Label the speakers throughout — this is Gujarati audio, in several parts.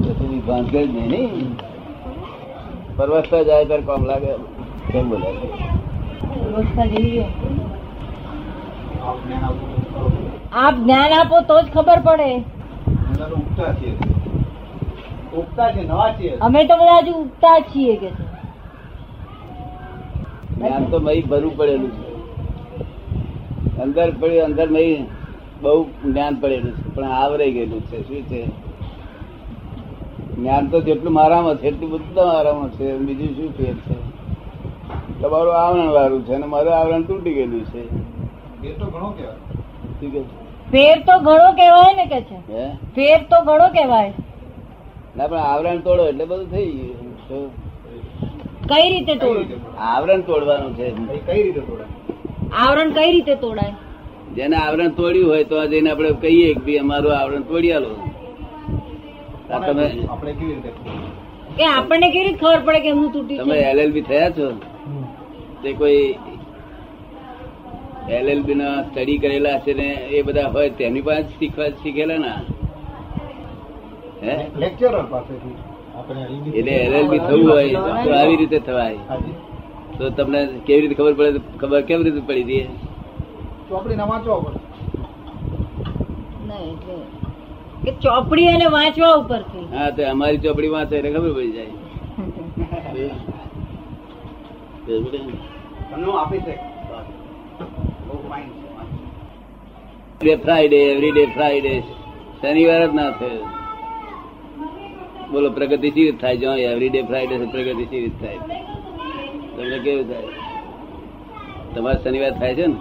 Speaker 1: કશું ભાંગ જ નહીં નહીં પરવસતા જાય ત્યારે કામ લાગે કેમ બોલાય
Speaker 2: આપ જ્ઞાન આપો તો જ ખબર પડે
Speaker 1: ઉગતા છે ઉગતા છે નવા છે
Speaker 2: અમે તો બધા હજુ ઉગતા જ છીએ કે છે.
Speaker 1: જ્ઞાન તો મય ભરું પડેલું છે અંદર પડ્યું અંદર મય બહુ જ્ઞાન પડેલું છે પણ આવરાઈ ગયેલું છે શું છે જ્ઞાન તો જેટલું મારામાં છે એટલું બધું મારામાં છે બીજું શું ફેર છે તમારું આવરણ વાળું છે અને મારું આવરણ તૂટી ગયેલું છે
Speaker 3: એ તો ઘણો કહેવાય
Speaker 1: શું કે
Speaker 2: ફેર તો ઘણો કહેવાય ને કે છે
Speaker 1: હે
Speaker 2: ફેર તો ઘણો કહેવાય
Speaker 1: ના પણ આવરણ તોડો એટલે બધું થઈ ગયું શું?
Speaker 2: કઈ રીતે
Speaker 3: કઈ
Speaker 2: તોડું
Speaker 3: રીતે તોડાય?
Speaker 1: આવરણ તોડવાનું છે
Speaker 3: એ કઈ રીતે તોડાય?
Speaker 2: આવરણ કઈ રીતે તોડાય
Speaker 1: જેને આવરણ તોડ્યું હોય તો આ જઈને આપણે કહીએ કે ભાઈ અમારું આવરણ તોડી આલો આ તમે
Speaker 3: આપણે કેવી રીતે તોડાય?
Speaker 2: કે આપણને કેવી રીતે ખબર પડે કે એમનું તૂટ્યું
Speaker 1: તમે
Speaker 2: છે
Speaker 1: એલએલબી થયા છો તે કોઈ એલએલબી ના સ્ટડી કરેલા છે ને એ બધા હોય તેમની પાસે શીખવા શીખેલા ના હે
Speaker 3: લેક્ચરર પાસેથી આપણે આવી રીતે-
Speaker 1: એટલે એલએલબી થવું હોય તો આવી રીતે થવાય
Speaker 3: હાજી.
Speaker 1: તો તમને કેવી રીતે ખબર પડે ખબર કેવી રીતે પડી દે
Speaker 3: ચોપડી ના વાંચવા પડે
Speaker 2: ના, એટલે કે ચોપડી અને વાંચવા ઉપરથી
Speaker 1: હા તો અમારી ચોપડી વાંચે એટલે ખબર પડી જાય day Friday every day Friday શનિવાર જ ના થયો બોલો પ્રગતિ સી રીત થાય જો એવરી ડે ફ્રાઈડે પ્રગતિ સી રીત થાય તમને કેવું થાય તમારે શનિવાર થાય છે ને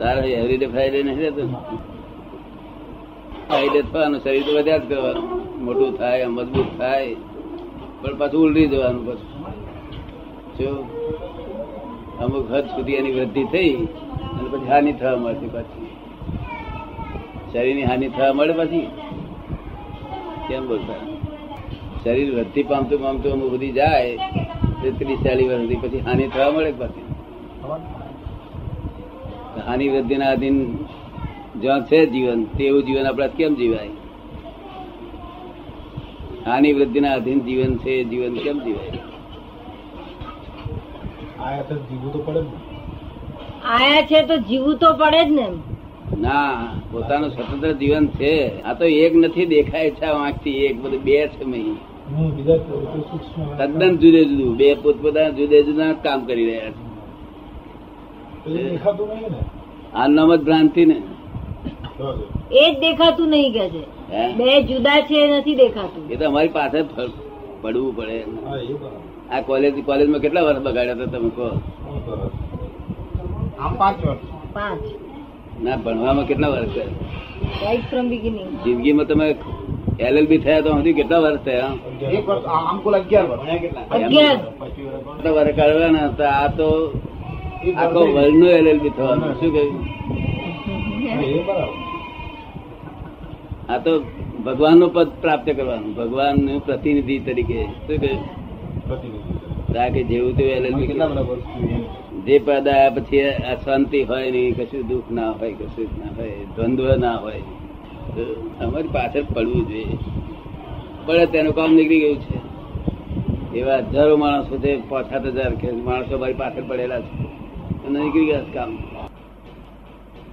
Speaker 1: તારે એવરી ડે ફ્રાઈડે નથી રહેતો ફ્રાઈડે થવાનું શરીર તો વધ્યા જ કરવાનું મોટું થાય મજબૂત થાય પણ પાછું ઉલટી જવાનું પાછું જો અમુક હદ સુધી એની વૃદ્ધિ થઈ અને પછી હાનિ થવા મળતી પાછી શરીરની હાનિ થવા મળે પછી કેમ બોલતા શરીર વૃદ્ધિ પામતું પામતું અમુક સુધી જાય તે ત્રીસ ચાલીસ વર્ષ સુધી પછી હાનિ થવા મળે પાછી તો હાનિ વૃદ્ધિના અધીન જ્યાં છે જીવન તેવું જીવન આપણા કેમ જીવાય હાનિ વૃદ્ધિના અધીન જીવન છે એ જીવન કેમ જીવાય
Speaker 3: આ યાર તો જીવવું તો પડે જ ને.
Speaker 2: આયા છે તો જીવવું તો પડે જ ને એમ.
Speaker 1: ના પોતાનું સ્વતંત્ર જીવન છે આ તો એક નથી દેખાય છે આ વાંકથી એક બધું બે છે મહી
Speaker 3: હમ, બીજા તો એ તો સૂક્ષ્મ.
Speaker 1: તદ્દન જુદે જુદું બે પોતપોતાના જુદે જુદા કામ કરી રહ્યા છે
Speaker 3: પેલું દેખાતું નહીં ને
Speaker 1: આ નામ જ ભ્રાંતિ ને
Speaker 3: બરાબર.
Speaker 2: એ જ દેખાતું નહીં કે છે
Speaker 1: હે?
Speaker 2: બે જુદા છે એ નથી દેખાતું
Speaker 1: એ તો અમારી પાસે ફ- પડવું પડે
Speaker 3: હા, એ બરાબર.
Speaker 1: આ કોલેજ કોલેજમાં કેટલા વર્ષ બગાડ્યા હતા તમે કહો
Speaker 3: હા, બરાબર. આમ પાંચ વર્ષ
Speaker 2: પાંચ
Speaker 1: ના ભણવામાં કેટલા વર્ષ થયા?
Speaker 2: રાઈટ ફ્રોમ બિગિનિંગ
Speaker 1: જિંદગીમાં તમે એલએલબી થયા તો સુધી કેટલા વર્ષ થયા
Speaker 3: એક વર્ષ આ- આમ કુલ અગિયાર વર્ષ
Speaker 2: અગિયાર
Speaker 3: પછી વર્ષ ગણો.
Speaker 1: કેટલા વર્ષ કાઢવાના હતા આ તો
Speaker 3: એક
Speaker 1: આખો
Speaker 3: વર્ષ થઈ
Speaker 1: વર્લ્ડનું એલએલબી થવાનું શું કહ્યું
Speaker 3: ગયું. હા, એ બરાબર.
Speaker 1: આ તો ભગવાનનું પદ પ્રાપ્ત કરવાનું ભગવાનનું પ્રતિનિધિ તરીકે શું કહ્યું
Speaker 3: પ્રતિનિધિત્વ.
Speaker 1: આ કે જેવું તેવું
Speaker 3: મને
Speaker 1: LLB
Speaker 3: કેટલા બધા વર્ષ થયું?
Speaker 1: જે પદ આયા પછી અશાંતિ હોય નહીં કશું દુઃખ ના હોય કશું જ ના હોય દ્વંદ્વ ના હોય તો અમારી પાછળ પડવું જોઈએ પડે તેનું કામ નીકળી ગયું છે એવા હજારો માણસો છે પાંચ સાત હજાર કે માણસો મારી પાછળ પડેલા છે અને નીકળી ગયા છે કામ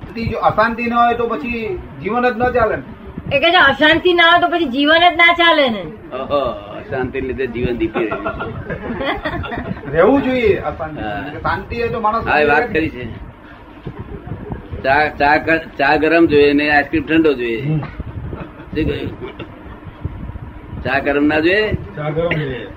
Speaker 3: શાંતિ જો અશાંતિ ના હોય તો પછી જીવન જ ન ચાલે ને.
Speaker 2: એ કે છે અશાંતિ ના હોય તો પછી જીવન જ ના ચાલે ને
Speaker 1: ઓહો અશાંતિ લીધે જીવન દીપી રહ્યું છે
Speaker 3: રહેવું જોઈએ અશાંતિ
Speaker 1: હા.
Speaker 3: કે શાંતિ હોય તો માણસ
Speaker 1: હા એ વાત કરી છે ચા ચા ગ- ચા ગરમ જોઈએ ને આઈસ્ક્રીમ ઠંડો જોઈએ શું કહ્યું? ચા ગરમ ના જોઈએ
Speaker 3: ચા ગરમ જોઈએ